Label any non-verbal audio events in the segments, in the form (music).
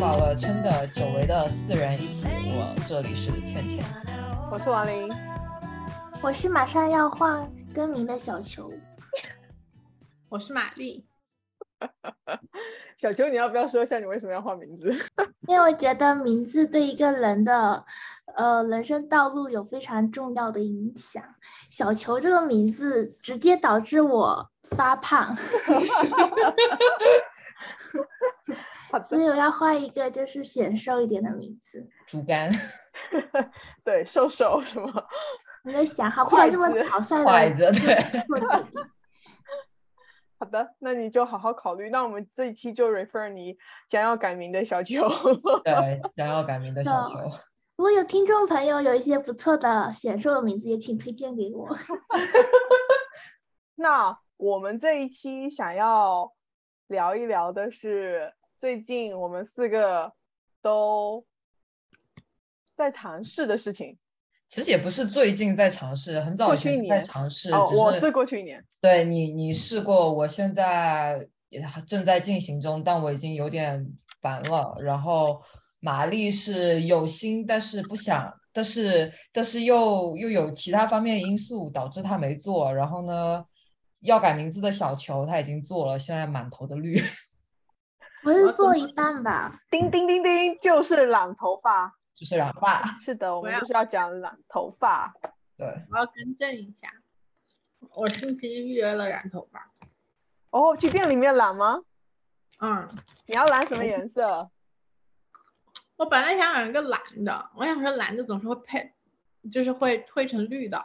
到了真的久违的四人一起。我这里是倩倩，我是王林，我是马上要换更名的小球，我是玛丽。小球，你要不要说一下你为什么要换名字？ (laughs) 因为我觉得名字对一个人的呃人生道路有非常重要的影响。小球这个名字直接导致我发胖，好的所以我要换一个就是显瘦一点的名字。竹竿，对，瘦瘦是吗？我在想，好，不然这么筷子草率筷的子，对，做决定好的，那你就好好考虑。那我们这一期就 refer 你想要改名的小球。对，想要改名的小球，如果有听众朋友有一些不错的显瘦的名字，也请推荐给我。 (laughs) 那我们这一期想要聊一聊的是，最近我们四个都在尝试的事情。其实也不是最近在尝试，很早过以去前一在年尝试，哦只，我是过去一年，对你，你试过，我现在也正在进行中，但我已经有点烦了。然后玛丽是有心，但是不想，但是但是又又有其他方面因素导致她没做。然后呢，要改名字的小球她已经做了，现在满头的绿。 (laughs) 我是做一半吧，叮叮叮叮，就是染头发。就是染发，是的，我们要就是要讲染头发。对，我要更正一下，我星期一预约了染头发。哦，去店里面染吗？嗯，你要染什么颜色？我本来想染一个蓝的，我想说蓝的总是会配，就是会推成绿的，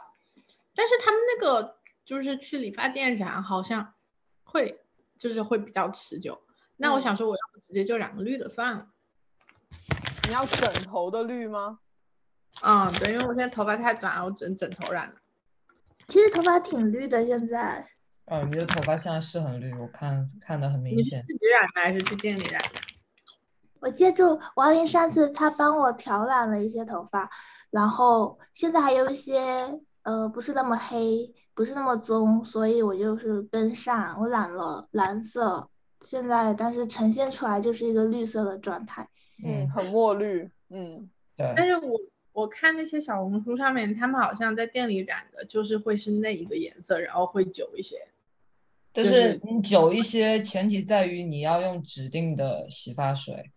但是他们那个就是去理发店染好像会就是会比较持久。那我嗯想说，我要不直接就染个绿的算了。你要整头的绿吗？嗯，对，因为我现在头发太短了，我只能整头染了。其实头发挺绿的，现在哦，你的头发现在是很绿，我看看得很明你是显。自己染的还是去店里染的？我借助王林上次他帮我调染了一些头发，然后现在还有一些呃不是那么黑，不是那么棕，所以我就是跟上，我染了蓝色，现在但是呈现出来就是一个绿色的状态。嗯，很墨绿。嗯，对，但是我我看那些小红书上面，他们好像在店里染的，就是会是那一个颜色，然后会久一些。但就是是你久一些，前提在于你要用指定的洗发水，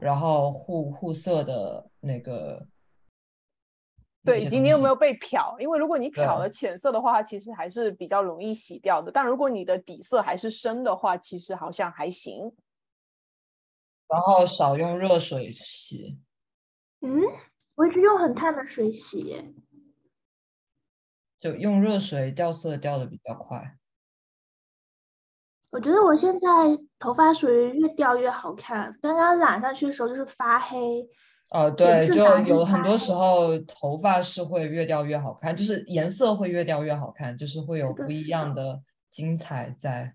然后护护色的那个那对，些以及东你有没西有被漂？因为如果你漂对了浅色的话，它其实还是比较容易洗掉的。但如果你的底色还是深的话，其实好像还行。然后少用热水洗，嗯，我一直用很烫的水洗耶，就用热水掉色掉的比较快。我觉得我现在头发属于越掉越好看，刚刚染上去的时候就是发黑，呃，对，正就常有用很它多时候头发是会越掉越好看，就是颜色会越掉越好看，就是会有这个不一是样的的精彩在。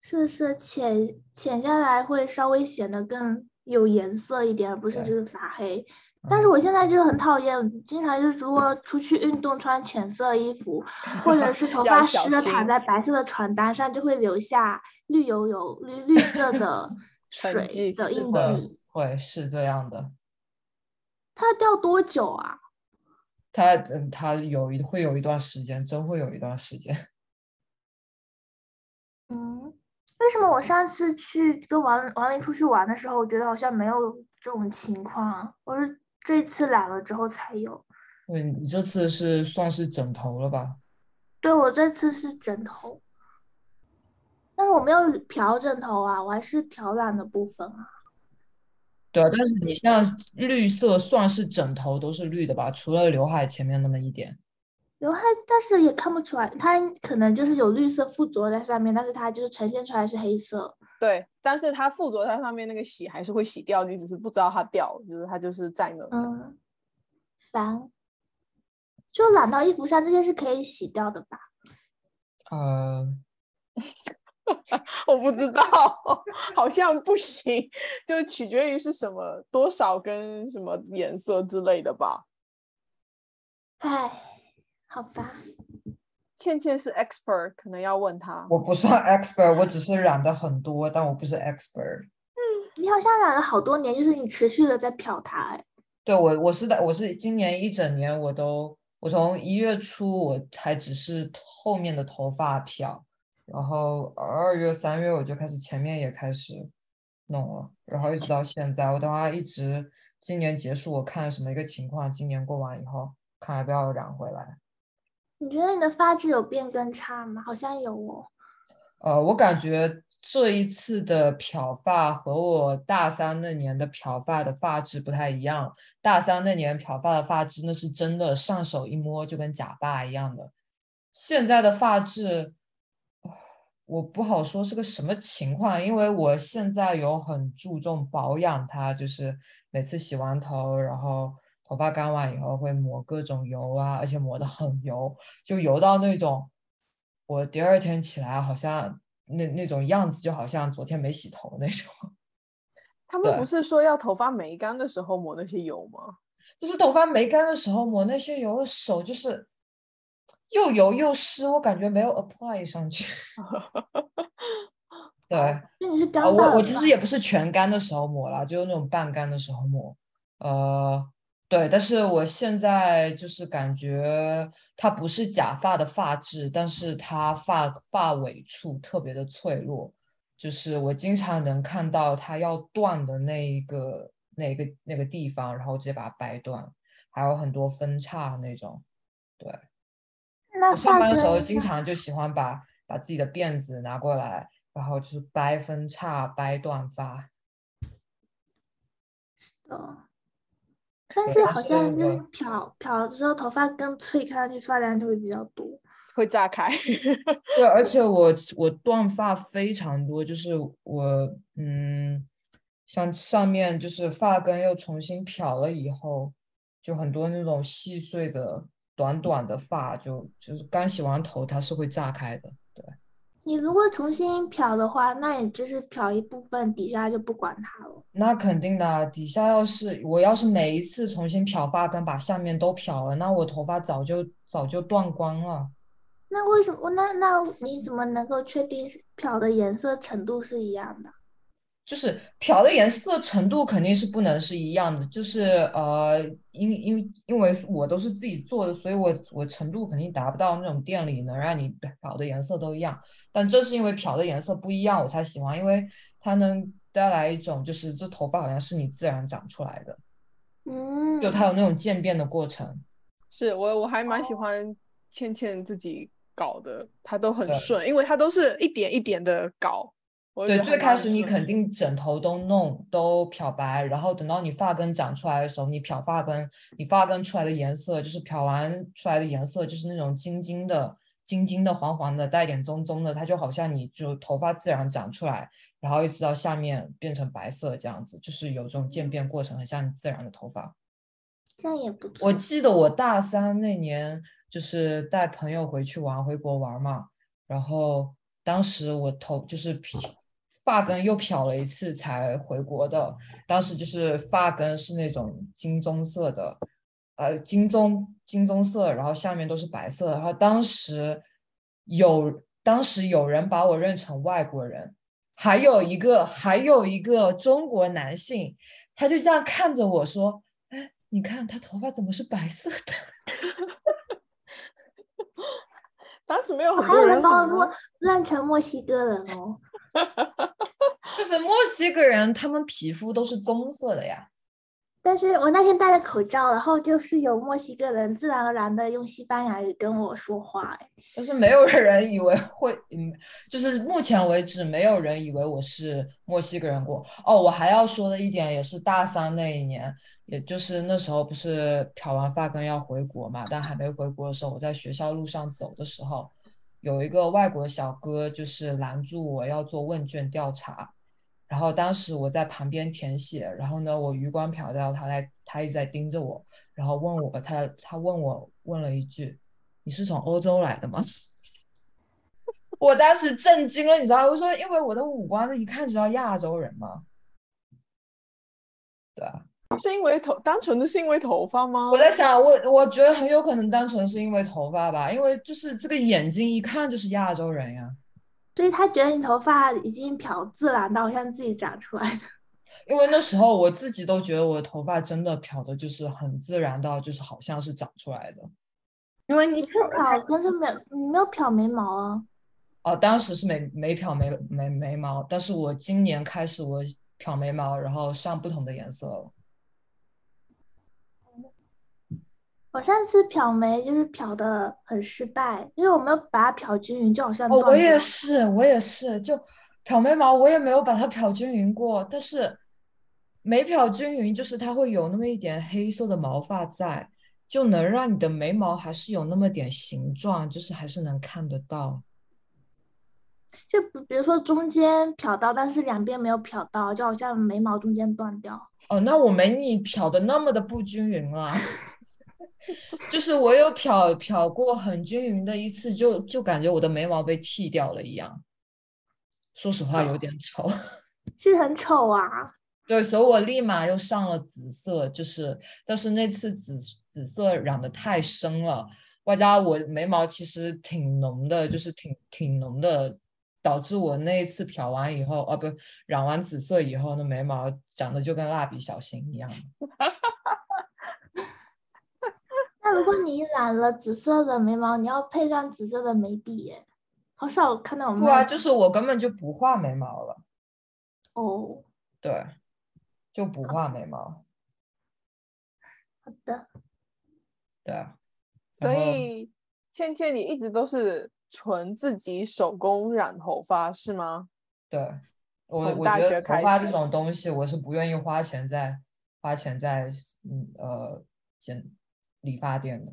是是浅浅下来会稍微显得更有颜色一点，而不是对就是发黑。但嗯是我现在就是很讨厌，经常就是如果出去运动穿浅色衣服，或 (laughs) 者是头要发小湿了躺心在白色的床单上，就会留下绿油油、绿绿色的 (laughs) 痕水迹的是印的记。会是这样的，它要掉多久啊？它嗯它有一会有一段时间，真会有一段时间。嗯，为什么我上次去跟王王林出去玩的时候，我觉得好像没有这种情况，啊我是这次染了之后才有。对，你这次是算是整头了吧？对，我这次是枕头，但是我没有漂枕头啊，我还是调染的部分啊。对啊，但是你像绿色算是整头都是绿的吧，除了刘海前面那么一点。刘海，但是也看不出来，它可能就是有绿色附着在上面，但是它就是呈现出来是黑色。对，但是它附着在上面那个洗还是会洗掉，你只是不知道它掉了，就是它就是在那。嗯，烦。就染到衣服上这些是可以洗掉的吧？呃， (laughs) 我不知道， (laughs) 好像不行，就是取决于是什么多少跟什么颜色之类的吧。唉，好吧，倩倩是 expert，可能要问她。我不算 expert，我只是染的很多，但我不是 expert。你你好像染了好多年，就是你持续的在漂它，哎，对我我是的，我是今年一整年我都，我从一月初我才只是后面的头发漂，然后二月三月我就开始前面也开始弄了，然后一直到现在，我等会儿一直今年结束，我看什么一个情况，今年过完以后看要不要染回来。你觉得你的发质有变更差吗？好像有哦。呃，我感觉这一次的漂发和我大三那年的漂发的发质不太一样。大三那年漂发的发质，那是真的上手一摸就跟假发一样的。现在的发质，我不好说是个什么情况，因为我现在有很注重保养它，就是每次洗完头，然后头发干完以后会抹各种油啊，而且抹得很油，就油到那种。我第二天起来好像那那种样子，就好像昨天没洗头那种。 (laughs) 他们对不是说要头发没干的时候抹那些油吗？ (laughs) 就是头发没干的时候抹那些油，手就是又油又湿，我感觉没有 apply 上去。对，啊那你是干发我我了其吧实也不是全干的时候抹啦，就是那种半干的时候抹。呃，对，但是我现在就是感觉它不是假发的发质，但是它发发尾处特别的脆弱。就是我经常能看到它要断的那一个、那个、那个地方，然后直接把它掰断，还有很多分叉那种。对，那我上发班的时候根经呢常就喜欢把把自己的辫子拿过来，然后就是掰分叉、掰断发。哦，但对是但好是像就我是漂漂的时候头发更脆，看上去发量就会比较多。会炸开。 (laughs) 对，而且我我断发非常多，就是我嗯，像上面就是发根又重新漂了以后，就很多那种细碎的短短的发就，就是刚洗完头它是会炸开的。对，你如果重新漂的话，那你就是漂一部分，底下就不管它了。那肯定的啊，底下要是我要是每一次重新漂发根，把下面都漂了，那我头发早就早就断光了。那为什么？那那你怎么能够确定是漂的颜色程度是一样的？就是漂的颜色程度肯定是不能是一样的，就是呃，因因因为我都是自己做的，所以我我程度肯定达不到那种店里能让你漂的颜色都一样。但正是因为漂的颜色不一样，我才喜欢，因为它能带来一种就是这头发好像是你自然长出来的，嗯，就它有那种渐变的过程。是我我还蛮哦喜欢倩倩自己搞的，她都很对顺，因为她都是一点一点的搞。我就对，觉得最还开蛮始你顺肯定整头都弄都漂白，然后等到你发根长出来的时候，你漂发根，你发根出来的颜色就是漂完出来的颜色就是那种金金的、金金的、黄黄的，带点棕棕的，它就好像你就头发自然长出来，然后一直到下面变成白色这样子，就是有这种嗯渐变过程，很像你自然的头发。这样也不错。我记得我大三那年，就是带朋友回去玩，回国玩嘛。然后当时我头就是漂发根又漂了一次才回国的。当时就是发根是那种金棕色的，呃，金棕金棕色，然后下面都是白色的。然后当时有当时有人把我认成外国人，还有一个还有一个中国男性，他就这样看着我说。哎，你看他头发怎么是白色的？当时没有很还多有人人把啊我很乱乱成墨西哥人哦。 (laughs) 就是墨西哥人，他们皮肤都是棕色的呀。但是我那天戴了口罩，然后就是有墨西哥人自然而然的用西班牙语跟我说话，哎，但是没有人以为会，嗯，就是目前为止没有人以为我是墨西哥人过。哦，我还要说的一点也是大三那一年，也就是那时候不是漂完发根要回国嘛，但还没回国的时候，我在学校路上走的时候，有一个外国小哥就是拦住我要做问卷调查，然后当时我在旁边填写，然后呢我余光瞟到他在他一直在盯着我，然后问我他他问我问了一句。你是从欧洲来的吗？ (laughs) 我当时震惊了，你知道，我说因为我的五官一看就知道亚洲人嘛。对啊，是因为头，单纯的是因为头发吗？我在想，我我觉得很有可能单纯是因为头发吧，因为就是这个眼睛一看就是亚洲人呀。所以他觉得你头发已经漂自然的，好像自己长出来的。因为那时候我自己都觉得我的头发真的漂的，就是很自然到就是好像是长出来的。因为你漂漂跟着哦没你没有漂眉毛啊？哦、当时是没没漂眉眉眉毛，但是我今年开始我漂眉毛，然后上不同的颜色了。我上次漂眉就是漂的很失败，因为我没有把它漂均匀，就好像哦，我断掉也是，我也是，就漂眉毛，我也没有把它漂均匀过，但是没漂均匀，就是它会有那么一点黑色的毛发在，就能让你的眉毛还是有那么点形状，就是还是能看得到。就比比如说中间漂到，但是两边没有漂到，就好像眉毛中间断掉。哦，那我没你漂的那么的不均匀了， (laughs) 就是我有漂漂过很均匀的一次，就就感觉我的眉毛被剃掉了一样。说实话，有点丑。其实很丑啊，对，所以我立马又上了紫色，就是，但是那次紫紫色染的太深了，外加我眉毛其实挺浓的，就是挺挺浓的，导致我那一次漂完以后，啊不，染完紫色以后，那眉毛长得就跟蜡笔小新一样。那如果你染了紫色的眉毛，你要配上紫色的眉笔耶，好少看到有对啊，妹子就是我根本就不画眉毛了，哦。对，就不画眉毛，好的，对啊，所然后以倩倩你一直都是纯自己手工染头发是吗？对，我从我大觉得学头开发这始种东西，我是不愿意花钱在花钱在嗯呃剪理发店的。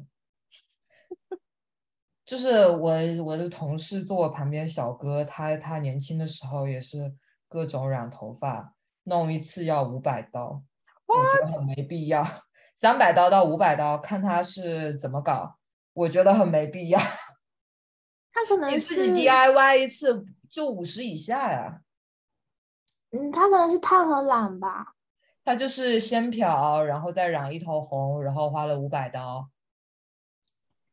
就是我我的同事坐我旁边小哥，他他年轻的时候也是各种染头发，弄一次要五百刀，我觉得很没必要，三百刀到五百刀，看他是怎么搞，我觉得很没必要。他可你能自己是 DIY 一次就五十以下呀、嗯，他可能是炭和染吧。他就是先漂，然后再染一头红，然后花了五百刀。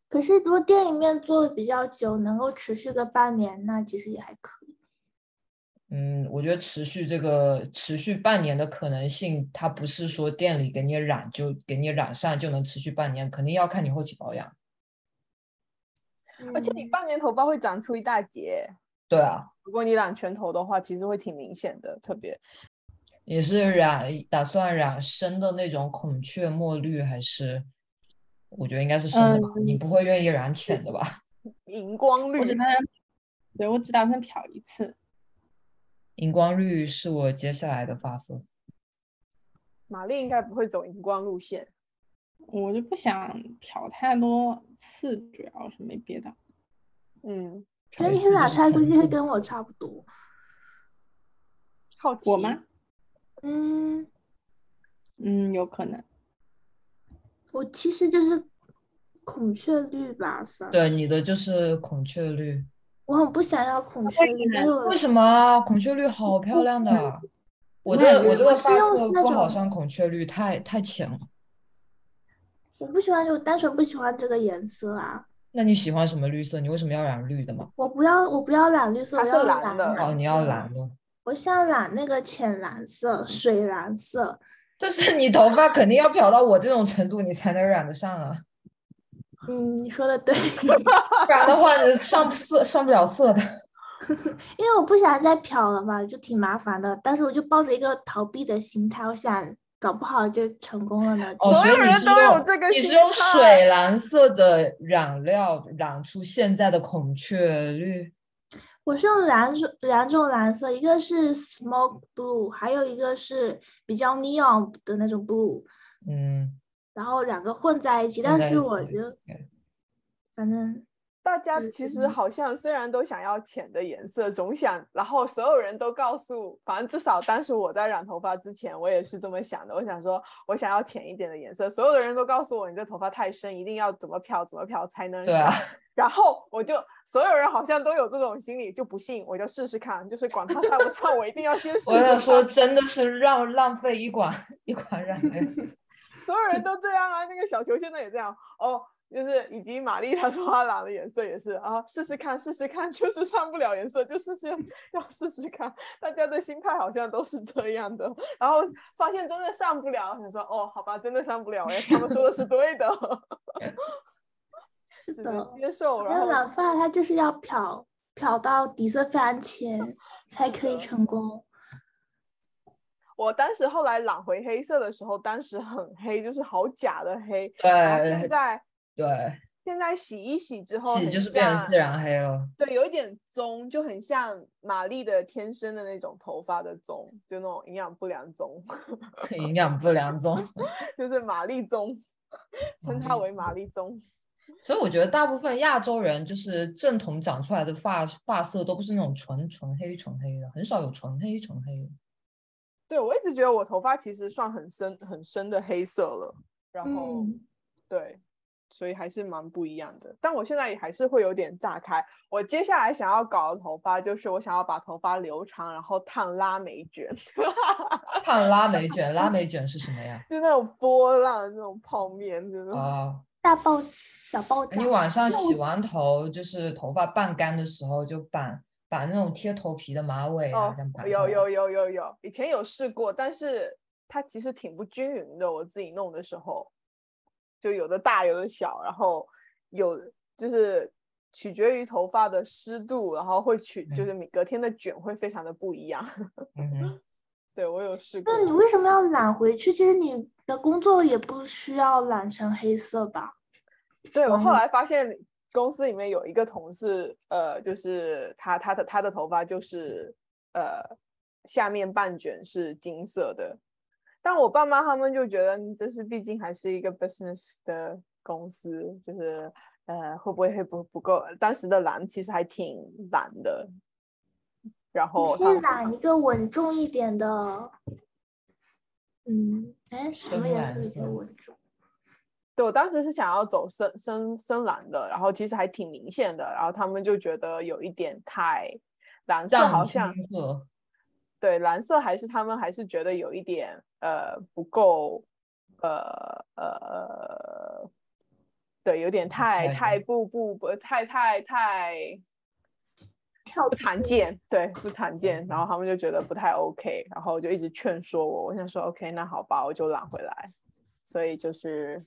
可是如果店里面做的比较久，能够持续个半年，那其实也还可以。嗯，我觉得持续这个持续半年的可能性，它不是说店里给你染就给你染上就能持续半年，肯定要看你后期保养。而且你嗯半年头发会长出一大截，对啊，如果你染全头的话，其实会挺明显的，特别也是染打算染深的那种孔雀墨绿，还是我觉得应该是深的吧，你嗯不会愿意染浅的吧？ (laughs) 荧光绿我。只打算，对我只打算漂一次。荧光绿是我接下来的发色。玛丽应该不会走荧光路线。我就不想漂太多次，主要是没别的。嗯，可是一你次就染是出啊来估很计会重跟我差不多。好奇我吗？？嗯，嗯，有可能。我其实就是孔雀绿吧，算对，是你的就是孔雀绿。我很不想要啊孔雀绿，但是我为什么啊？孔雀绿好漂亮的，啊我不这是我这个我是发用色那不好种上孔雀绿，太太浅了。我不喜欢，就单纯不喜欢这个颜色啊。那你喜欢什么绿色？你为什么要染绿的嘛？我不要，我不要染绿色，它我是要蓝染的蓝哦，你要色啊蓝的，我想染那个浅蓝色、水蓝色。但是你头发肯定要漂到我这种程度，你才能染得上啊，嗯，你说 (laughs) 的对，不然的话你上不色上不了色的。因为我不想再漂了嘛，就挺麻烦的。但是我就抱着一个逃避的心态，我想搞不好就成功了呢。哦，所所以有你人是都有用这个你是心用态水蓝色的染料染出现在的孔雀绿。我是用两种两种蓝色，一个是 smoke blue，还有一个是比较 neon 的那种 blue，嗯，然后两个混在一起。混但在是一我起就，OK 反正大家嗯其实好像虽然都想要浅的颜色，总想，然后所有人都告诉，反正至少当时我在染头发之前，我也是这么想的。我想说，我想要浅一点的颜色，所有的人都告诉我，你这头发太深，一定要怎么漂怎么漂才能对啊染。然后我就，所有人好像都有这种心理，就不信我就试试看，就是管它上不上，我一定要先试试我看。想说，真的是让浪费一管一管染料。 (laughs) 所有人都这样啊，那个小球现在也这样哦。就是以及玛丽她说她染的颜色也是啊，试试看，试试看，就是上不了颜色，就试 (laughs) 试要试试看。大家的心态好像都是这样的，然后发现真的上不了，想说哦，好吧，真的上不了哎，他们说的是对 (laughs) 的，是只的能，接受，然那后染发它就是要漂漂到底色非常浅才可以成功。我当时后来染回黑色的时候，当时很黑，就是好假的黑。呃然后现对在对，现在洗一洗之后，洗哦很就是变成像自然黑了。对，有一点棕，就很像玛丽的天生的那种头发的棕，就那种营养不良棕， (laughs) 营养不良中，就是玛丽棕，称玛它丽为玛丽棕。 (laughs) 所以我觉得大部分亚洲人就是正统长出来的发发色都不是那种纯纯黑纯黑的，很少有纯黑纯黑 (laughs) 的。对我一直觉得我头发其实算很深很深的黑色了，然后、嗯，对，所以还是蛮不一样的。但我现在也还是会有点炸开。我接下来想要搞的头发就是我想要把头发留长，然后烫拉眉卷， (laughs) 看拉眉卷，拉眉卷是什么呀？就那种波浪那种泡面，真的。啊、大爆小爆炸你。晚上洗完头，就是头发半干的时候，就绑绑那种贴头皮的马尾啊，哦这样绑上有来有有有有，以前有试过，但是它其实挺不均匀的。我自己弄的时候，就有的大，有的小，然后有就是取决于头发的湿度，然后会取就是你隔天的卷会非常的不一样。 (laughs) 嗯哼，对我有试过那，你为什么要染回去？其实你的工作也不需要染成黑色吧？对我后嗯来发现公司里面有一个同事，呃，就是他他的他的头发就是呃下面半卷是金色的，但我爸妈他们就觉得你这是毕竟还是一个 business 的公司，就是呃会不会会不不够？当时的蓝其实还挺蓝的，然后你他可以们染一个稳重一点的，嗯，哎，什么深颜蓝色比色较稳重？对我当时是想要走深深深蓝的，然后其实还挺明显的，然后他们就觉得有一点太蓝色，藏好青像。色，对蓝色还是他们还是觉得有一点呃不够呃呃，对，有点太太太不不不太太太跳不常见，对不常见，然后他们就觉得不太 OK，然后就一直劝说我，我想说 OK 那好吧，我就揽回来，所以就是。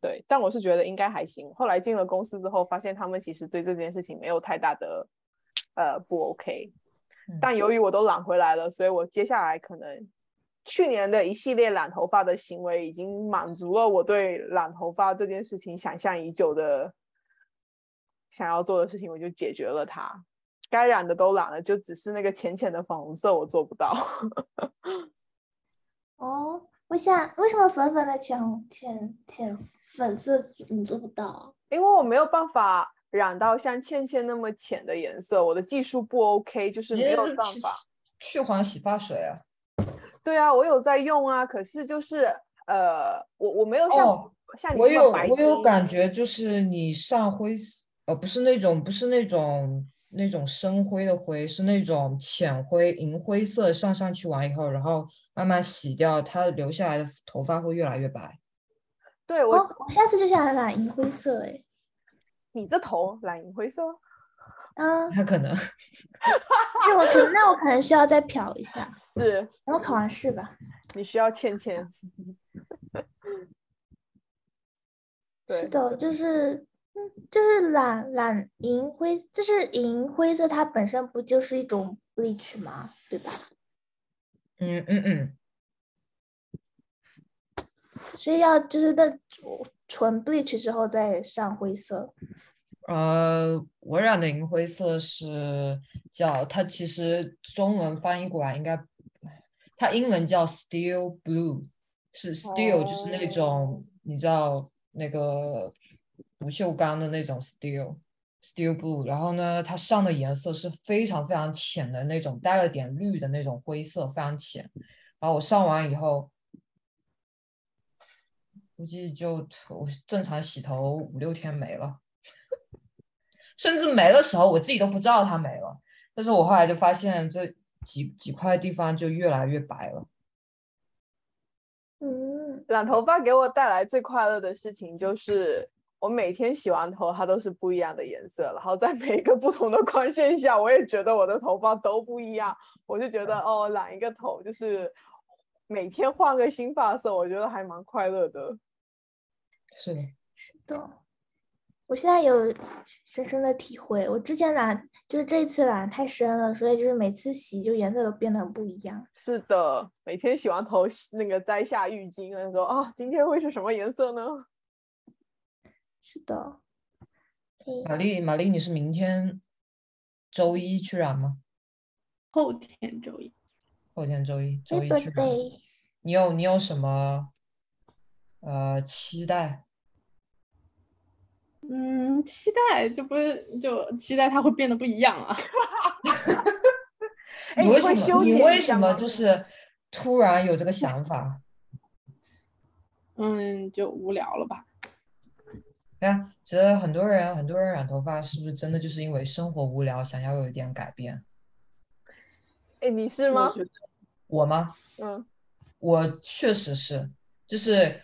对，但我是觉得应该还行。后来进了公司之后，发现他们其实对这件事情没有太大的呃不 OK，嗯但由于我都染回来了，所以我接下来可能去年的一系列染头发的行为，已经满足了我对染头发这件事情想象已久的想要做的事情，我就解决了它。该染的都染了，就只是那个浅浅的粉红色我做不到。 (laughs) 哦，我想为什么粉粉的浅红浅浅粉色你做不到啊？因为我没有办法染到像倩倩那么浅的颜色，我的技术不 OK，就是你没有这办嗯是法。去黄洗发水啊？对啊，我有在用啊，可是就是呃，我我没有像、哦像你我这么有白我有金感觉，就是你上灰色，呃，不是那种不是那种那种深灰的灰，是那种浅灰、银灰色上上去完以后，然后慢慢洗掉，它留下来的头发会越来越白。对我、哦，我下次就想染银灰色哎。你这头蓝银灰色，嗯， (laughs) 它可能那我可能那我可能需要再漂一下，是等我考完试吧。你需要倩倩。是 (laughs) 对，的，就是嗯就是染染银灰，就是银灰色，它本身不就是一种 bleach 吗？对吧？嗯嗯嗯，所以要就是在纯 bleach 之后再上灰色。呃，我染的银灰色是叫它其实中文翻译过来应该，它英文叫 steel blue，是 steel 就是那哦种你知道那个不锈钢的那种 steel steel blue，然后呢，它上的颜色是非常非常浅的那种，带了点绿的那种灰色，非常浅。然后我上完以后，估计就我正常洗头五六天没了，甚至没的时候我自己都不知道它没了。但是我后来就发现这几几块地方就越来越白了。嗯，染头发给我带来最快乐的事情就是我每天洗完头它都是不一样的颜色，然后在每一个不同的光线下，我也觉得我的头发都不一样，我就觉得哦，染一个头就是每天换个新发色，我觉得还蛮快乐的。是的，懂。我现在有深深的体会，我之前染就是这次染太深了，所以就是每次洗就颜色都变得很不一样。是的，每天洗完头洗那个摘下浴巾，然后说啊，今天会是什么颜色呢？是的，嘿玛丽，玛丽，你是明天周一去染吗？后天周一，后天周一，周一，Paper 去染。 Day，你有你有什么呃期待？嗯，期待这不是就期待它会变得不一样啊。哎你你为会什么修你剪为一什下么吗就是突然有这个想法？嗯，就无聊了吧？对啊，其实很多人很多人染头发是不是真的就是因为生活无聊，想要有一点改变？哎，你是吗我？觉得我吗？嗯，我确实是，就是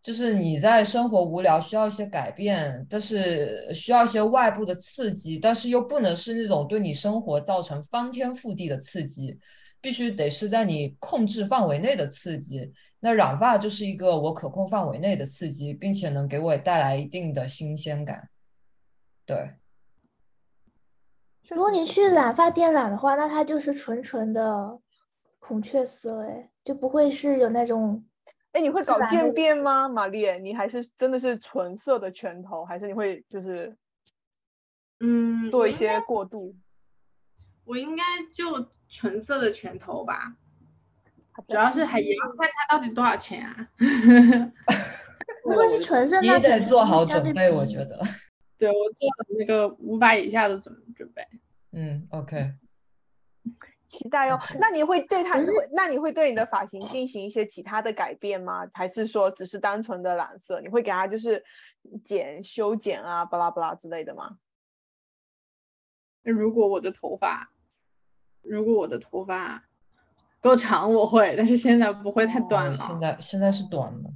就是你在生活无聊，需要一些改变，但是需要一些外部的刺激，但是又不能是那种对你生活造成翻天覆地的刺激，必须得是在你控制范围内的刺激。那染发就是一个我可控范围内的刺激，并且能给我带来一定的新鲜感。对，确如果实你去染发店染的话，那它就是纯纯的孔雀色，哎，就不会是有那种哎，你会自搞然渐的变吗，玛丽？你还是真的是纯色的全头，还是你会就是嗯，做我一应些该过渡？我应该就纯色的拳头吧，主 (laughs) 要是还也要看它到底多少钱啊。 (laughs) 如果是纯色，你那也肯得定做是好相对准备，便我宜觉得。对我做了那个五百以下的准准备，嗯，OK。期待哦。好那你会对它，嗯会那你会对你的发型进行一些其他的改变吗？还是说只是单纯的染色？你会给它就是剪、修剪啊，巴拉巴拉之类的吗？那如果我的头发，如果我的头发够长，我会，但是现在不会太短嗯了。现在现在是短的，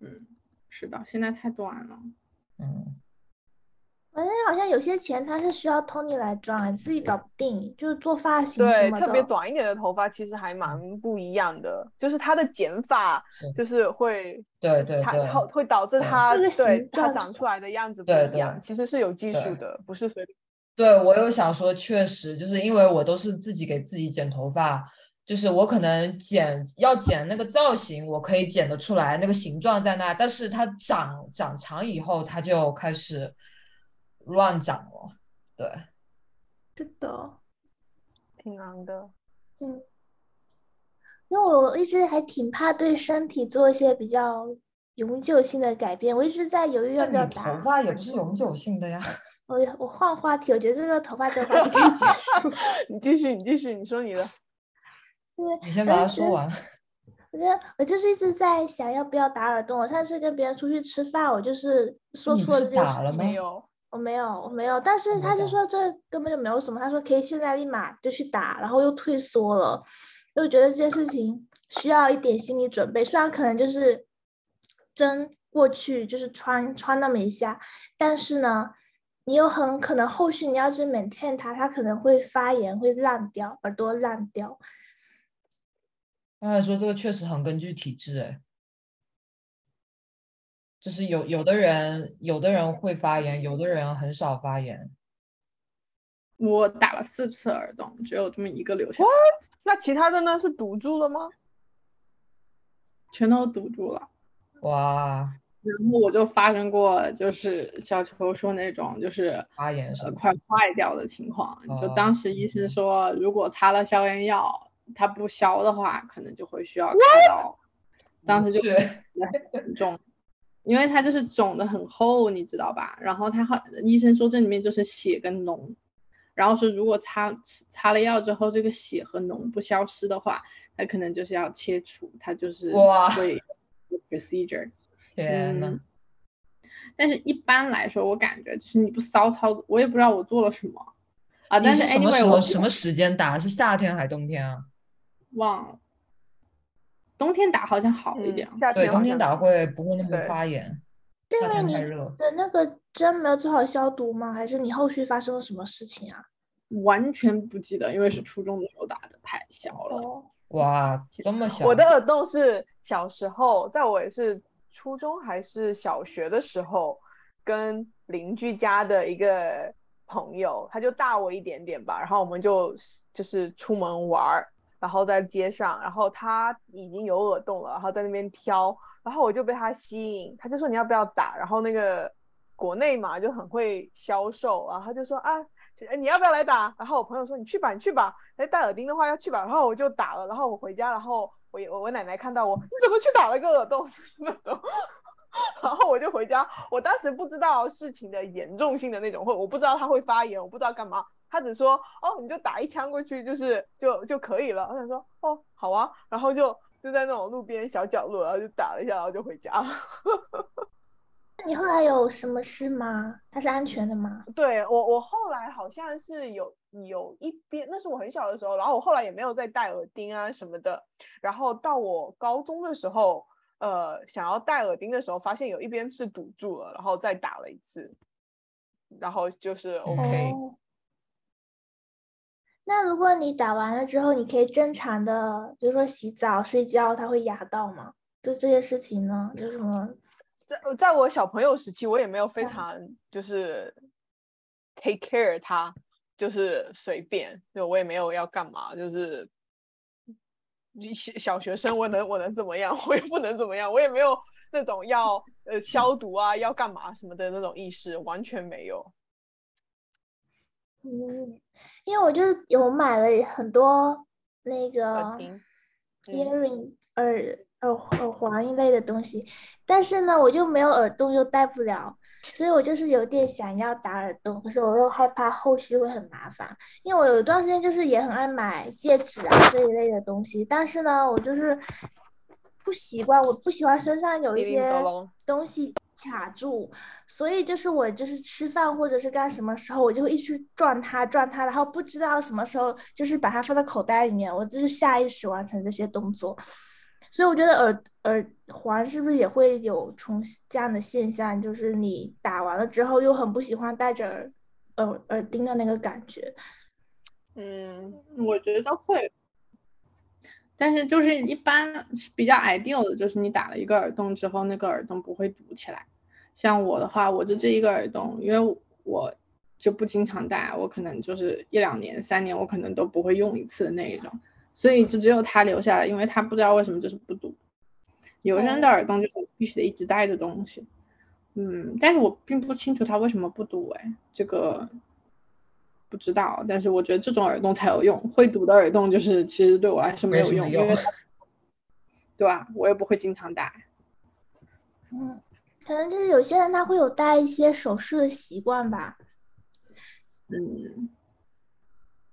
嗯，是的，现在太短了。嗯。反正好像有些钱它是需要 Tony 来赚，你自己搞不定，就是做发型什对，么特别的。短一点的头发其实还蛮不一样的，就是它的剪法嗯对就是会对对它对它会导致对它那个对形它状长出来的样子不对一样，对其实是有技术对的，不是随便。对，我又想说，确实就是因为我都是自己给自己剪头发，就是我可能剪要剪那个造型，我可以剪得出来，那个形状在那，但是它长长长以后，它就开始乱长了。对，是的，挺难的。 (laughs) 嗯，因为我一直还挺怕对身体做一些比较永久性的改变，我一直在犹豫要但不要你头打。发也不是永久性 (laughs) 的呀。我我换话题，我觉得这个头发这 (laughs) 个话题可以结束。你继续，你继续，你说你的。对，你先把它哎说嗯 (laughs) 完。我觉得我就是一直在想要不要打耳洞。我上次跟别人出去吃饭，我就是说你不出了是这件打事了情。吗没有，我没有，我没有，但是没他就打说这根本就没有什么，他说可以现在立马就去打，然后又退缩了，又觉得这件事情需要一点心理准备，虽然可能就是针过去就是穿穿那么一下，但是呢，你有很可能后续你要是 maintain 它，它可能会发炎，会烂掉，耳朵烂掉。刚才说这个确实很根据体质，哎，就是有有的人有的人会发炎，有的人很少发炎。我打了四次耳洞，只有这么一个留下来，那其他的呢？是堵住了吗？全都堵住了。哇，然后我就发生过，就是小球说那种，就是发炎什呃么快坏掉的情况。就哦当时医生说，如果擦了消炎药，它不消的话，可能就会需要开刀。当时就对。很肿，因为它就是肿的很厚，你知道吧？然后它好，医生说这里面就是血跟脓，然后说如果擦擦了药之后，这个血和脓不消失的话，那可能就是要切除，它就是哇会 (laughs) procedure。天呐，嗯，但是一般来说，我感觉就是你不骚操，我也不知道我做了什么啊。你但是什么 anyway，时候我什么时间打？是夏天还是冬天啊？忘了，冬天打好像好一嗯点啊。夏对，天冬好天像打好会不会那么对发炎？是因夏为天你太热，的那个针没有做好消毒吗？还是你后续发生了什么事情啊？完全不记得，因为是初中的时候打的，太小了。哦，哇，这么小，我的耳洞是小时候，在我也是初中还是小学的时候，跟邻居家的一个朋友，他就大我一点点吧，然后我们就就是出门玩儿，然后在街上，然后他已经有耳洞了，然后在那边挑，然后我就被他吸引，他就说你要不要打，然后那个国内嘛就很会销售，然后他就说啊。哎你要不要来打？然后我朋友说你去吧，你去吧。哎，戴耳钉的话要去吧。然后我就打了，然后我回家，然后我也我我奶奶看到我，你怎么去打了个耳洞？ (laughs) 就是那种。然后我就回家，我当时不知道事情的严重性的那种，或我不知道它会发炎，我不知道干嘛。他只说哦，你就打一枪过去，就是就就可以了。我想说哦，好啊，然后就就在那种路边小角落，然后就打了一下，然后就回家了。那你后来有什么事吗？它是安全的吗？对我，我后来好像是有有一边，那是我很小的时候，然后我后来也没有再戴耳钉啊什么的。然后到我高中的时候，呃，想要戴耳钉的时候，发现有一边是堵住了，然后再打了一次，然后就是 OK。哦。那如果你打完了之后，你可以正常的，比如说洗澡、睡觉，它会压到吗？就这些事情呢，有什么？在在我小朋友时期，我也没有非嗯常就是 take care 他，就是随便，就我也没有要干嘛，就是一些小学生，我能我能怎么样？ (laughs) 我也不能怎么样，我也没有那种要呃消毒啊，要干嘛什么的那种意识，完全没有。嗯，因为我就是有买了很多那耳个钉，嗯 earring 耳耳耳环一类的东西，但是呢，我就没有耳洞，又戴不了，所以我就是有点想要打耳洞，可是我又害怕后续会很麻烦，因为我有一段时间就是也很爱买戒指啊这一类的东西，但是呢，我就是不习惯，我不喜欢身上有一叮叮些咚咚东西卡住，所以就是我就是吃饭或者是干什么时候，我就会一直转它转它，然后不知道什么时候就是把它放到口袋里面，我就是下意识完成这些动作。所以我觉得耳耳环是不是也会有从这样的现象，就是你打完了之后又很不喜欢戴着耳耳耳钉的那个感觉。嗯，我觉得会，但是就是一般比较 ideal 的就是你打了一个耳洞之后，那个耳洞不会堵起来。像我的话，我就这一个耳洞，因为我就不经常戴，我可能就是一两年、三年，我可能都不会用一次的那一种，所以就只有它留下来，因为它不知道为什么就是不堵。有些人哦的耳洞就是必须得一直戴着东西，嗯，但是我并不清楚它为什么不堵，哎，这个不知道，但是我觉得这种耳洞才有用，会堵的耳洞就是其实对我来说没没有什么用，因为用它 (laughs) 对吧、我也不会经常戴。嗯，可能就是有些人他会有戴一些首饰的习惯吧，嗯，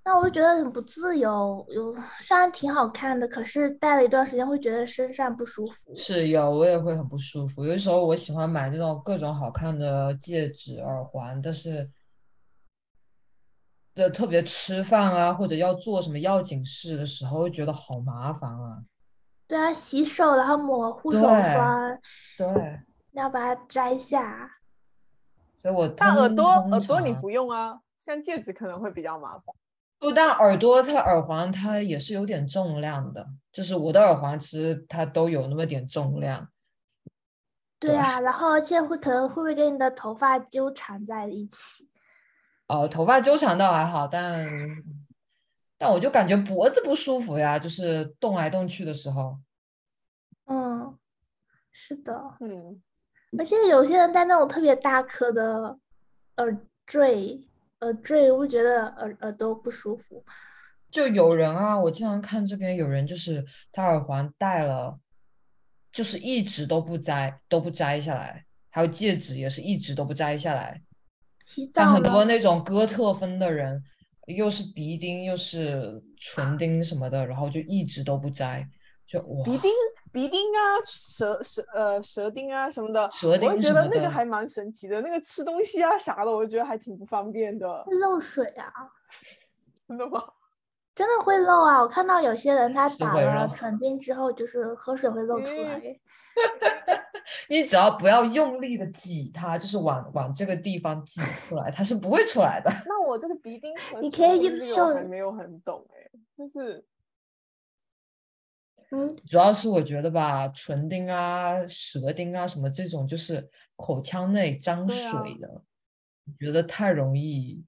那我就觉得很不自由，有虽然挺好看的，可是戴了一段时间会觉得身上不舒服。是有，我也会很不舒服。有的时候我喜欢买那种各种好看的戒指、耳环，但是，的特别吃饭啊，或者要做什么要紧事的时候，会觉得好麻烦啊。对啊，洗手然后抹护手对霜，对，要把它摘下。所以我但耳通朵通耳朵你常不用啊，像戒指可能会比较麻烦。不，但耳朵它耳环它也是有点重量的，就是我的耳环其实它都有那么点重量。对对啊，然后而且会可能会不会跟你的头发纠缠在一起？哦，头发纠缠倒还好，但但我就感觉脖子不舒服呀，就是动来动去的时候。嗯，是的。嗯。而且有些人戴那种特别大颗的耳坠，耳坠会觉得耳耳朵不舒服。就有人啊，我经常看这边有人就是他耳环戴了，就是一直都不摘都不摘下来，还有戒指也是一直都不摘下来。洗澡但很多呢？那种哥特风的人，又是鼻钉又是唇钉什么的，然后就一直都不摘，就哇，鼻钉、鼻钉啊，舌舌呃舌钉啊什么的，舌我钉就什觉得么那的个还蛮神奇的。那个吃东西啊啥的，我觉得还挺不方便的，会漏水啊，真的吗？真的会漏啊！我看到有些人他是打会了漏唇钉之后，就是喝水会漏出嗯来。你只要不要用力的挤它，就是往往这个地方挤出来，它是不会出来的。 (laughs) 那我这个鼻钉存你储可以能力我还用没有很懂哎，就是嗯，主要是我觉得吧，唇钉啊、舌钉啊什么这种，就是口腔内张对啊水的，我觉得太容易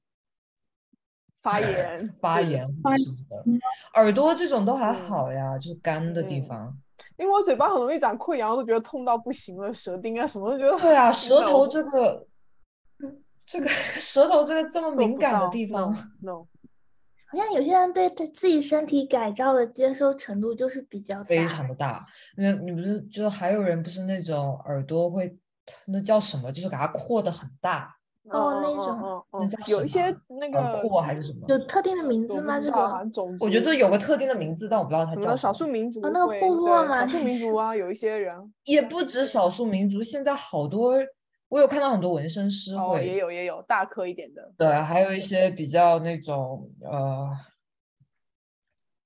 发炎嗯发是炎或发者什么的。耳朵这种都还好呀，就是干的地嗯方。因为我嘴巴很容易长溃疡，我都觉得痛到不行了，舌钉啊什么都觉得对啊，很舌头 no，这个，这个舌头这个这么嗯做敏不感的到地方， ，no，no，好像有些人对他自己身体改造的接受程度就是比较非大常的大。那你不是就还有人不是那种耳朵会，那叫什么？就是给它扩得很大，哦嗯那嗯嗯种嗯那嗯叫有什一些么那耳个廓还是什么？有特定的名我字不吗？知这道好啊个像种我觉得族这有个特定的名字，但我不知道它什叫么什么少。数民族那个会部落对嘛少数民是族啊，有一些人也不止少数民族，现在好多，我有看到很多纹身师哦也会，有也有大颗一点的，对，还有一些比较那种呃，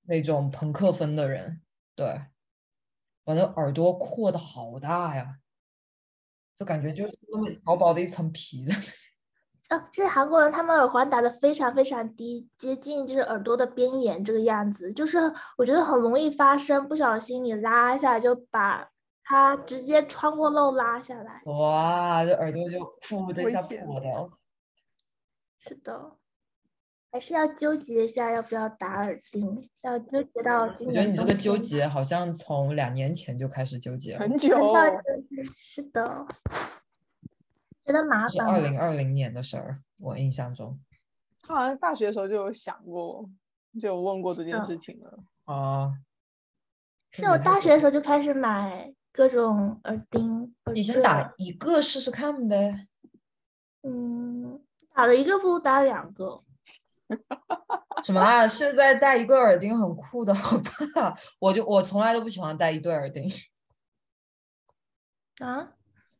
那种朋克风的人，对，把那耳朵扩的好大呀，就感觉就是那么薄薄的一层皮的，啊，这是韩国人，他们耳环打得非常非常低，接近就是耳朵的边沿这个样子，就是我觉得很容易发生，不小心你拉一下就把它直接穿过肉拉下来。 (laughs) 哇，这耳朵就噗的一危下险破掉。是的，还是要纠结一下要不要打耳钉，要纠结到今我觉得年你这冬个纠天结好像从两年前就开始纠结了，很久哦哦真的就是是的，觉得麻是烦二吗。零二零年的事儿，我印象中他 (laughs) 好像大学的时候就有想过，就有问过这件嗯事情了。啊。是那我你大开始学的时候就开始买各种耳钉，耳你先坠打一个试试看呗。嗯，打了一个不如打两个。什么啊？现在戴一个耳钉很酷的，好吧？我就我从来都不喜欢戴一对耳钉， (laughs) 啊，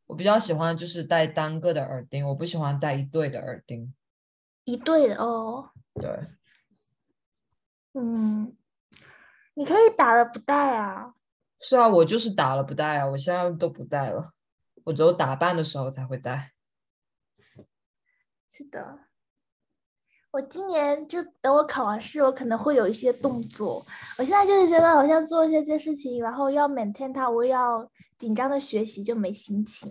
我比较喜欢就是戴单个的耳钉，我不喜欢戴一对的耳钉。一对的哦，对，嗯，你可以打了不戴啊，是啊，我就是打了不戴啊，我现在都不戴了，我只有打扮的时候才会戴。是的。我今年就等我考完试，我可能会有一些动作。我现在就是觉得好像做一些这事情，然后要 maintain 它，我要紧张的学习就没心情。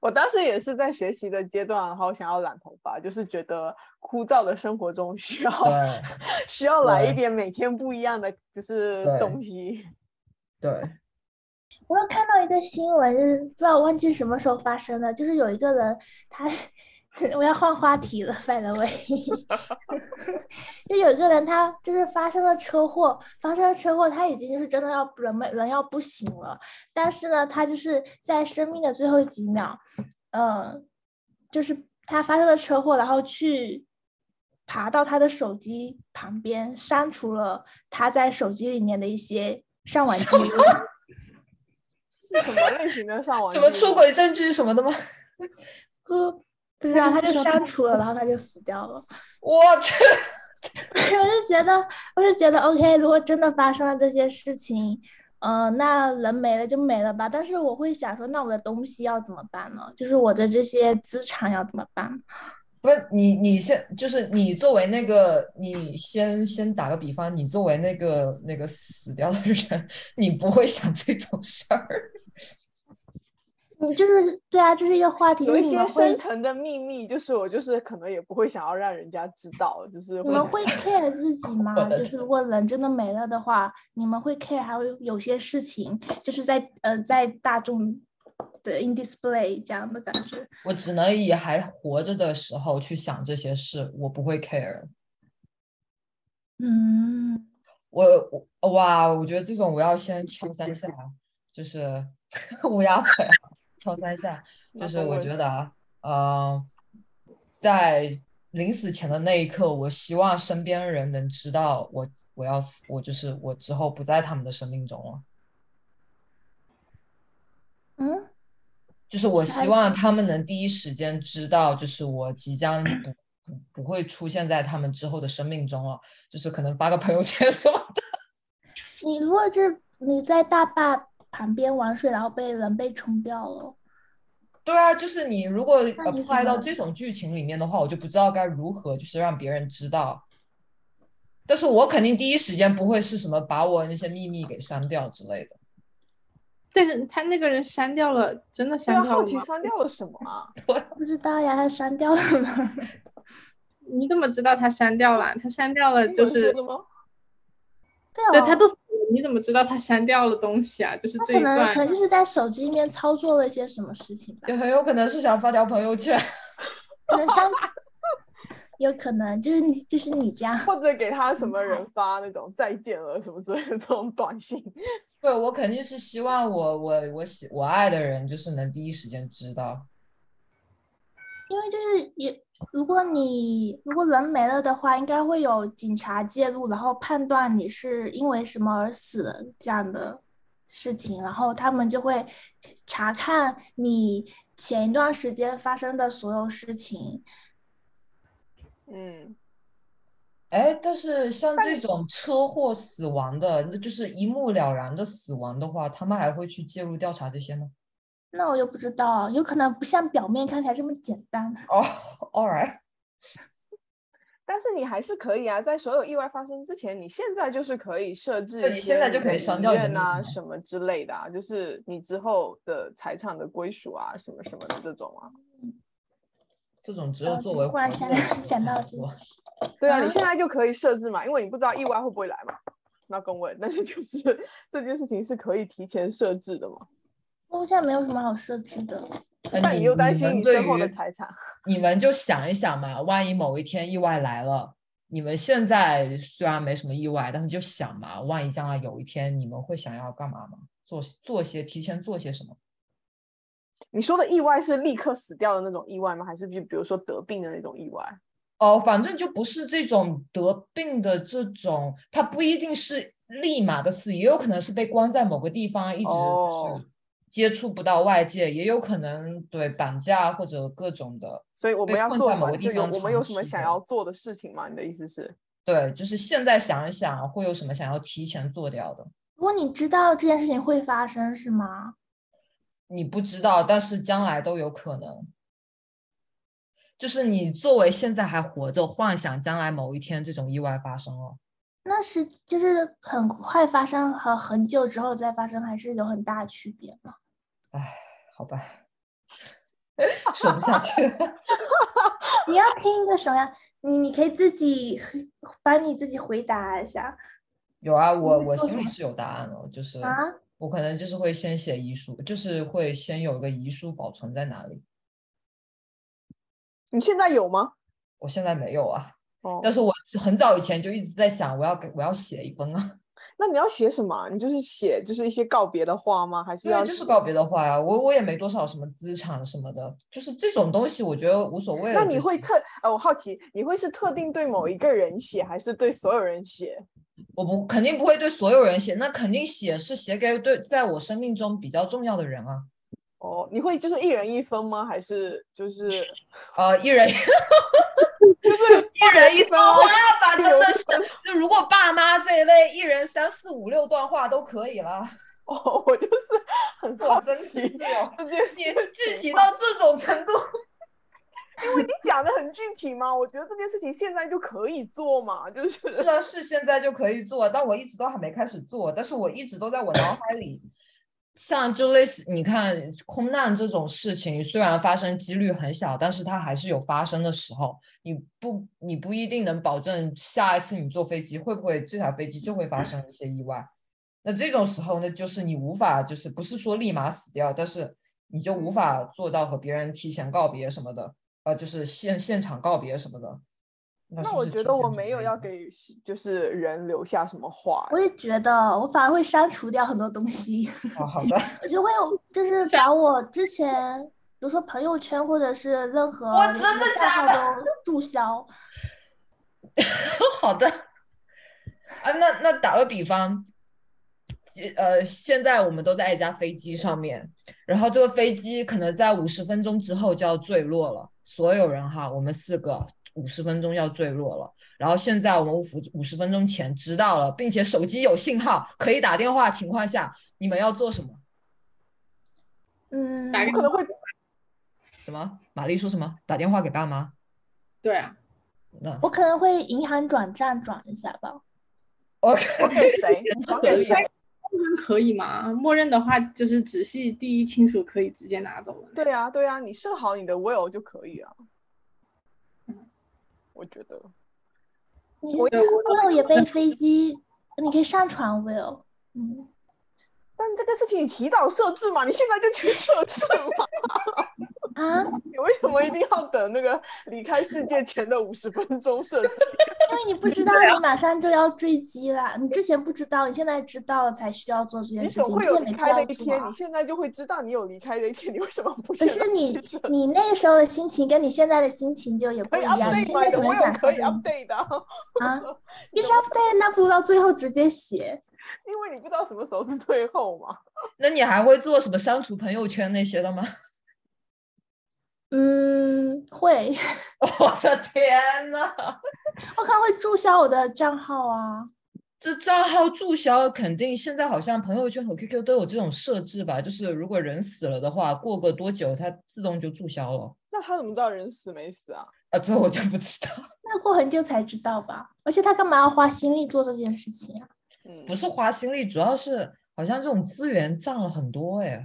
我当时也是在学习的阶段，然后想要染头发，就是觉得枯燥的生活中 (laughs) 需要对需要来一对点每天不一样的就是对东西。 (laughs) 对，我又看到一个新闻，就是不知道我忘记什么时候发生的，就是有一个人他， (laughs) 我要换话题了，by the way，就有一个人他就是发生了车祸，发生了车祸，他已经就是真的要人们人要不行了，但是呢，他就是在生命的最后几秒，嗯，就是他发生了车祸，然后去爬到他的手机旁边，删除了他在手机里面的一些上网记 (laughs) 录。是什么类型的上 (laughs) 网？什么出？轨证据什么的吗？ (laughs) 就不知啊道，他就删除了，然后他就死掉 (laughs) 了。我去，我就觉得，我就觉得，OK，如果真的发生了这些事情，呃，那人没了就没了吧。但是我会想说，那我的东西要怎么办呢？就是我的这些资产要怎么 (laughs) 办？不是你，你先就是你作为那个，你先先打个比方，你作为那个那个死掉的人， (laughs) 你不会想这种事儿。你就是对啊，这是一个话题，有就一你些们会深层的秘密，就是我就是可能也不会想要让人家知道，就是你们会会 care 自己 (laughs) 吗？的就是如果人真的没了的话，你们会 care 还会有些事情，就是在呃在大众的 in display 这样的感觉。我只能以还活着的时候去想这些事，我不会 care。嗯。我我哇，我觉得这种我要先敲三下，就是 (laughs) 乌鸦嘴啊，敲三下，那就是会我问觉得啊，呃，在临死前的那一刻，我希望身边人能知道我我要死，我就是我之后不在他们的生命中了，嗯，就是我啥希意望他们能第一时间知道，就是我即将嗯不不不会出现在他们之后的生命中了，就是可能发个朋友圈什么的。你如果是你在大坝旁边玩水，然后被人被冲掉了。 (laughs) 对啊，就是你如果那你 apply 怎到么这种剧情里面的话，我就不知道该如何就是让别人知道。但是我肯定第一时间不会是什么把我那些秘密给删掉之类的。但是他那个人删掉了，真的对删啊，掉好了奇吗？删掉了什么啊？不知道呀，他删掉了吗？你怎么知道他删掉了？啊他删掉了呃就有人是，说的吗？对对哦，他都死了，你怎么知道他删掉了东西啊？就是他这可一能可能段就，是在手机里面操作了一些什么事情吧，也很有可能是想发条朋友圈， (laughs) 可能像， (laughs) 有可能就是你就是你这样。或者给他什么人发那种再见了什么之类的这种短信？ (laughs) 对我肯定是希望我我我喜我爱的人就是能第一时间知道。因为就是也，如果你如果人没了的话，应该会有警察介入，然后判断你是因为什么而死的这样的事情，然后他们就会查看你前一段时间发生的所有事情。嗯，哎，但是像但这你种车祸死亡的，那就是一目了然的死亡的话，他们还会去介入调查这些吗？那我就不知道，有可能不像表面看起来这么简单。哦、a l right，但是你还是可以啊，在所有意外发生之前，你现在就是可以设置对一你些现在就你可的以删遗掉你的愿那个啊什么什么之类的啊，就是你之后的财产的归属啊什么什么的这种啊。 (laughs) 这种只有呃作为忽然活想着的起人想才到能这做对啊，啊你现在就可以设置嘛，因为你不知道意外会不会来嘛。那跟我，但是就是 (laughs) 这件事情是可以提前设置的嘛。我现在没有什么好设置的，哎但你你又担你心们你对身后的于 (laughs) 财产，你们就想一想嘛，万一某一天意外来了，你们现在虽然没什么意外，但是就想嘛，万一将来有一天你们会想要干嘛吗？做做些提前做些什么？你说的意外是立刻死掉的那种意外吗？还是就比如说得病的那种意外？哦，反正就不是这种得病的这种，它不一定是立马的死，也有可能是被关在某个地方，一直哦是接触不到外界，也有可能对绑架或者各种的。所以我被们要困做在什某么？个地就有方我们有长什么时想间要做的事情吗？你的意思是？对，就是现在想一想，会有什么想要提前做掉的？如果你知道这件事情会发生，是吗？你不知道，但是将来都有可能。就是你作为现在还活着，幻想将来某一天这种意外发生了，那是就是很快发生和很久之后再发生，还是有很大的区别吗？好吧，说不下去了。你要听一个什么样？你你可以自己 (laughs) 帮你自己回答一下有啊，我会我做心什里么是有事答情案的，就是啊。我可能就是会先写遗书，就是会先有一个遗书保存在哪里。你现在有吗？我现在没有啊，哦，但是我是很早以前就一直在想，我要给我要写一封啊， (laughs) 那你要写什么啊？你就是写就是一些告别的话吗？还是对，要就是写告别的话呀、我我也没多少什么资产什么的，就是这种东西我觉得无所谓了。那你就是会特呃，我好奇你会是特定对某一个人写，还是对所有人写？我不肯定不会对所有人写，那肯定写是写给对在我生命中比较重要的人啊。哦，你会就是一人一封吗？还是就是呃，一人 (laughs) 一人一啊一段分话哦吧，真的是一人一，就如果爸妈这一类，一人三四五六段话都可以了。 (laughs) 哦，我就是很好奇，哦，这 (laughs) 件你事具情体到这种程度，你讲的很具体吗？我觉得这件事情现在就可以做嘛， (laughs) 就是是啊，是现在就可以做，但我一直都还没开始做，但是我一直都在我脑海里。像就类似你看空难这种事情，虽然发生几率很小，但是它还是有发生的时候。你不你不一定能保证下一次你坐飞机会不会这台飞机就会发生一些意外。那这种时候呢，就是你无法就是不是说立马死掉，但是你就无法做到和别人提前告别什么的，呃，就是现现场告别什么的。那是那不我是觉提得前我准没有备要的给就是人留下什么话我，也觉得，我反而会删除掉很多东西。 (laughs) (laughs) 哦，好的。我就会有就是把我之前，比如说朋友圈或者是任何我什真么的 (laughs) 假账号都注销。好的。啊，那那打个比方，即呃，现在我们都在一架飞机上面，然后这个飞机可能在五十分钟之后就要坠落了，所有人哈，我们四个五十分钟要坠落了。然后现在我们五五十分钟前知道了，并且手机有信号可以打电话情况下，你们要做什么？嗯，打我个可能会什么？玛丽说什么？打电话给爸妈？对啊，那我可能会银行转账转一下吧。我转给谁？转给谁？默认可以吗？默认的话就是直系第一亲属可以直接拿走的。对呀、对呀、你设好你的 will 就可以啊。我觉得你我 Will 也被飞机，你可以上传 Will。嗯，但这个事情你提早设置嘛，你现在就去设置嘛， (laughs) 啊，你为什么一定要等那个离开世界前的五十分钟设置？因为你不知道啊你马上就要坠机了，你之前不知道，你现在知道了才需要做这件你事情，总会这有也没离必开的要一做天，啊你。现在就会知道你有离开的一天，你为什么不可现在是你去设置你那个时候的心情跟你现在的心情就也不可以一样，你 update 现吗？在你的可能 will 想可以象着 update 的啊， (laughs) 你啊，你是 update 那不如到最后直接写，因为你不知道什么时候是最后嘛。那你还会做什么删除朋友圈那些的吗？ (laughs) 嗯，会，我的天呐，我可能会注销我的账号啊。这账号注销肯定现在好像朋友圈和 QQ 都有这种设置吧？就是如果人死了的话，过个多久它自动就注销了。那他怎么知道人死没死啊？啊，这我就不知道，那过很久才知道吧？而且他干嘛要花心力做这件事情啊？嗯，不是花心力，主要是好像这种资源占了很多哎。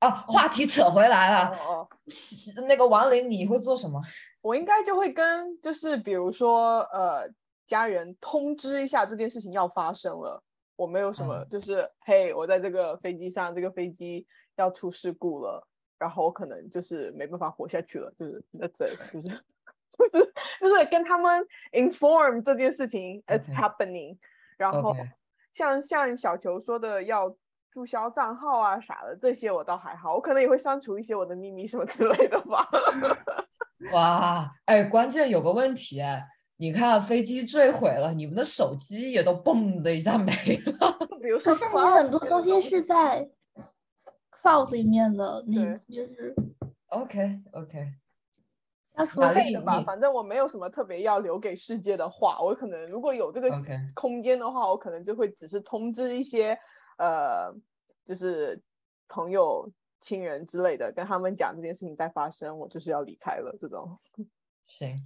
啊，话题扯回来哦了，哦，是那个王林你会做什么？我应该就会跟就是比如说呃家人通知一下这件事情要发生了，我没有什么、嗯就是 (laughs) 嘿我在这个飞机上，这个飞机要出事故了，然后我可能就是没办法活下去了，就是在这 (laughs) 就是就是 (laughs) 就是跟他们 inform 这件事情 it's OK happening，、然后 OK 像像小球说的要。注销账号啊啥的，这些我倒还好，我可能也会删除一些我的秘密什么之类的吧。哇，哎，关键有个问题哎，你看飞机坠毁了，你们的手机也都嘣的一下没了。就比如说可是你 Cloud 很多这种东西是在 cloud 里面的，你就是 OK OK，消除哪了里类里的隐吧，秘反正我没有什么特别要留给世界的话，我可能如果有这个 OK 空间的话，我可能就会只是通知一些呃，就是朋友、亲人之类的，跟他们讲这件事情在发生，我就是要离开了这种。行，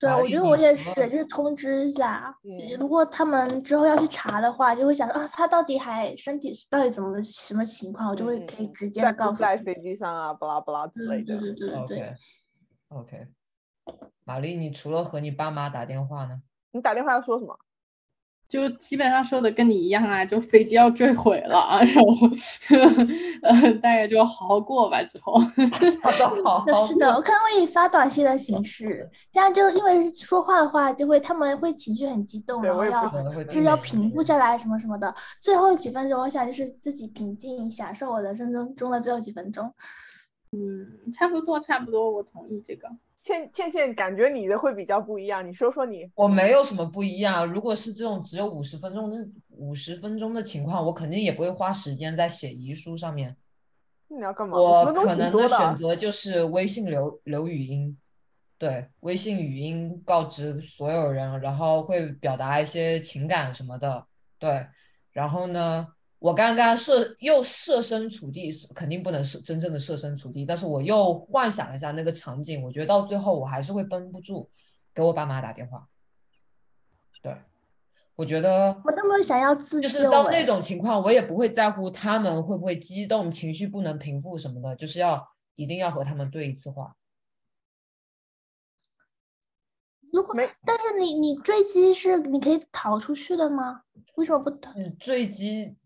对，哪我里觉得你我也什是么，就是通知一下。嗯如果他们之后要去查的话，就会想说啊，他到底还身体是到底怎么什么情况，我就会嗯可以嗯直接在的不告诉在你飞机上啊，巴拉巴拉之类对的对。对对对 OK OK，玛丽，你除了和你爸妈打电话呢？ (laughs) 你打电话要说什么？就基本上说的跟你一样啊，就飞机要坠毁了啊， (laughs) 然后呃，大概就好好过吧。之后， (laughs) 好的，好那好是的，我可能会以发短信的形式，这样就因为说话的话，就会他们会情绪很激动，对然后我也不要喜可能会就是避要免平复下来什么什么的。最后几分钟，我想就是自己平静，享受我人生中中的最后几分钟。嗯，差不多，差不多，我同意这个。倩倩倩，感觉你的会比较不一样，你说说你。我没有什么不一样。啊如果是这种只有五十分钟的五十分钟的情况，我肯定也不会花时间在写遗书上面。你要干嘛？五十我分钟可挺能多的的啊选。择就是微信留留语音，对，微信语音告知所有人，然后会表达一些情感什么的，对。然后呢，我刚刚设又设身处地，肯定不能是真正的设身处地，但是我又幻想了一下那个场景，我觉得到最后我还是会绷不住给我爸妈打电话。对，我觉得我都没有想要自救、就欸，是到那种情况，我也不会在乎他们会不会激动、情绪不能平复什么的，就是要一定要和他们对一次话。如果没但是你你坠机是你可以逃出去的吗？为什么不逃？嗯，坠机，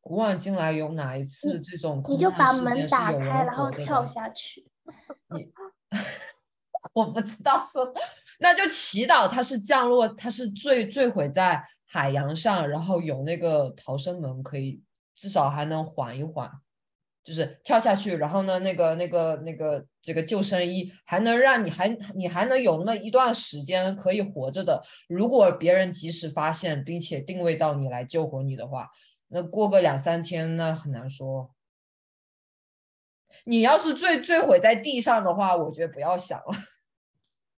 古往今来有哪一次这种你空就难把事件门是打有人开，然活后着的跳下去。我不知道说，那就祈祷它是降落，它是坠坠毁在海洋上，然后有那个逃生门可以，至少还能缓一缓，就是跳下去，然后呢，那个那个那个这个救生衣还能让你还你还能有那么一段时间可以活着的。如果别人及时发现并且定位到你来救活你的话，那过个两三天那很难说。你要是坠坠毁在地上的话，我觉得不要想了。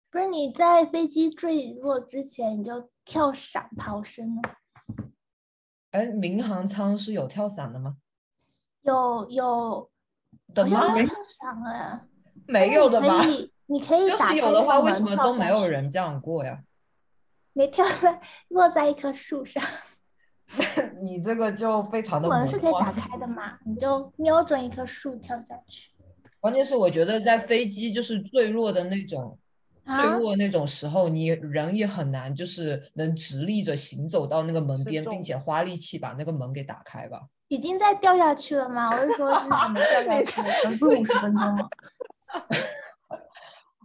不是你在飞机坠落之前你就跳伞逃生了，哎，民航舱是有跳伞的吗？有有，的好像吗？没有特长哎，没有的吧但？是你可以，你可以要打是开有的话，那个为什门么跳都没下有去？人这样过呀？没跳在落在一棵树上， (laughs) 你这个就非常的门是可以魔打幻。开的嘛？你就瞄准一棵树跳下去关键是我觉得在飞机就是坠落的那种坠啊！落那种时候，你人也很难就是能直立着行走到那个门失边，重并且花力气把那个门给打开吧。已经在掉下去了吗？我是说，至少没掉下你去，可能不五十分钟 (laughs) 了。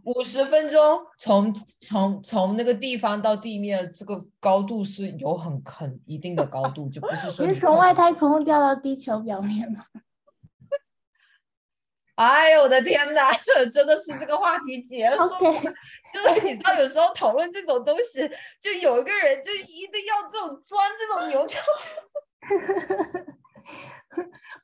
五十分钟从从从那个地方到地面，这个高度是有很很一定的高度，就不是说你是你从跳外下太空掉到地球表面吗？哎呦我的天哪， (laughs) 真的是这个话题结束。 OK 就是你知道，有时候讨论这种东西，就有一个人就一定要这种钻这种牛角尖。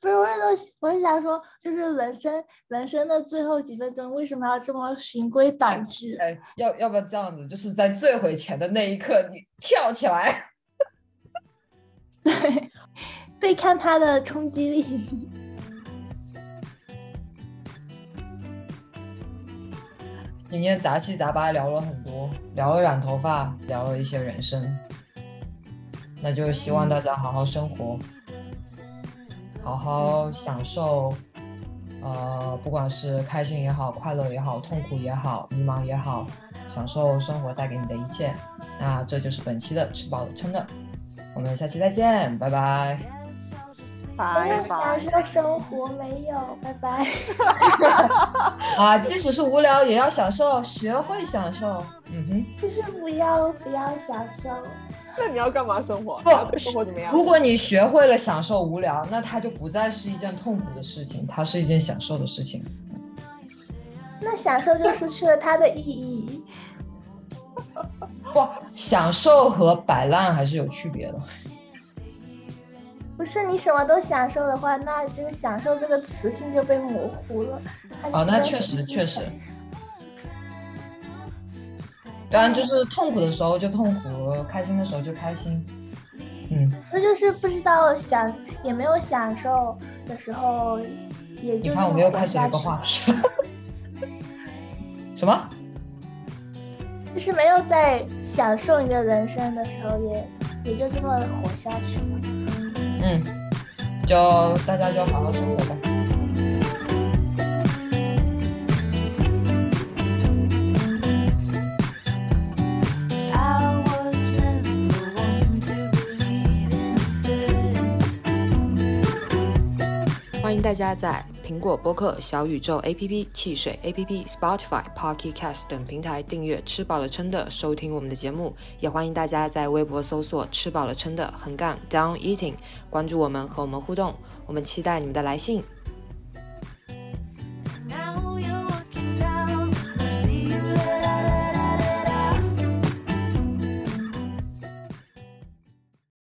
不是，我是说，我是想说，就是人生人生的最后几分钟，为什么要这么循规蹈矩？哎，要要不要这样子？就是在坠毁前的那一刻，你跳起来。对抗它的冲击力。今天杂七杂八聊了很多，聊了染头发，聊了一些人生，那就希望大家好好生活，好好享受，呃，不管是开心也好，快乐也好，痛苦也好，迷茫也好，享受生活带给你的一切。那这就是本期的吃饱了撑的，我们下期再见，拜拜。 (laughs) 拜拜享。受生活没有？拜拜。 (laughs) 啊，即使是无聊也要享受，学会享受。嗯哼。就是不要不要享受。那你要干嘛生活？不你要对生活怎么样？如果你学会了享受无聊，那它就不再是一件痛苦的事情，它是一件享受的事情。那享受就失去了它的意义。不，享受和摆烂还是有区别的。不是你什么都享受的话，那这个“享受”这个词性就被模糊了。它就啊，那不再确是实一确实种。当然，就是痛苦的时候就痛苦，开心的时候就开心。嗯，那就是不知道享，也没有享受的时候，也你就看我们那么又活开始下一个去话题。 (laughs) 什么？就是没有在享受你的人生的时候，也也就这么活下去了。嗯，就大家就好好生活吧。 I was never one to believe in fate. 欢迎大家在苹果播客、小宇宙 APP、汽水 APP、Spotify、Pocket Cast 等平台订阅“吃饱了撑的”，收听我们的节目。也欢迎大家在微博搜索“吃饱了撑的”横杠 Down Eating，关注我们和我们互动。我们期待你们的来信。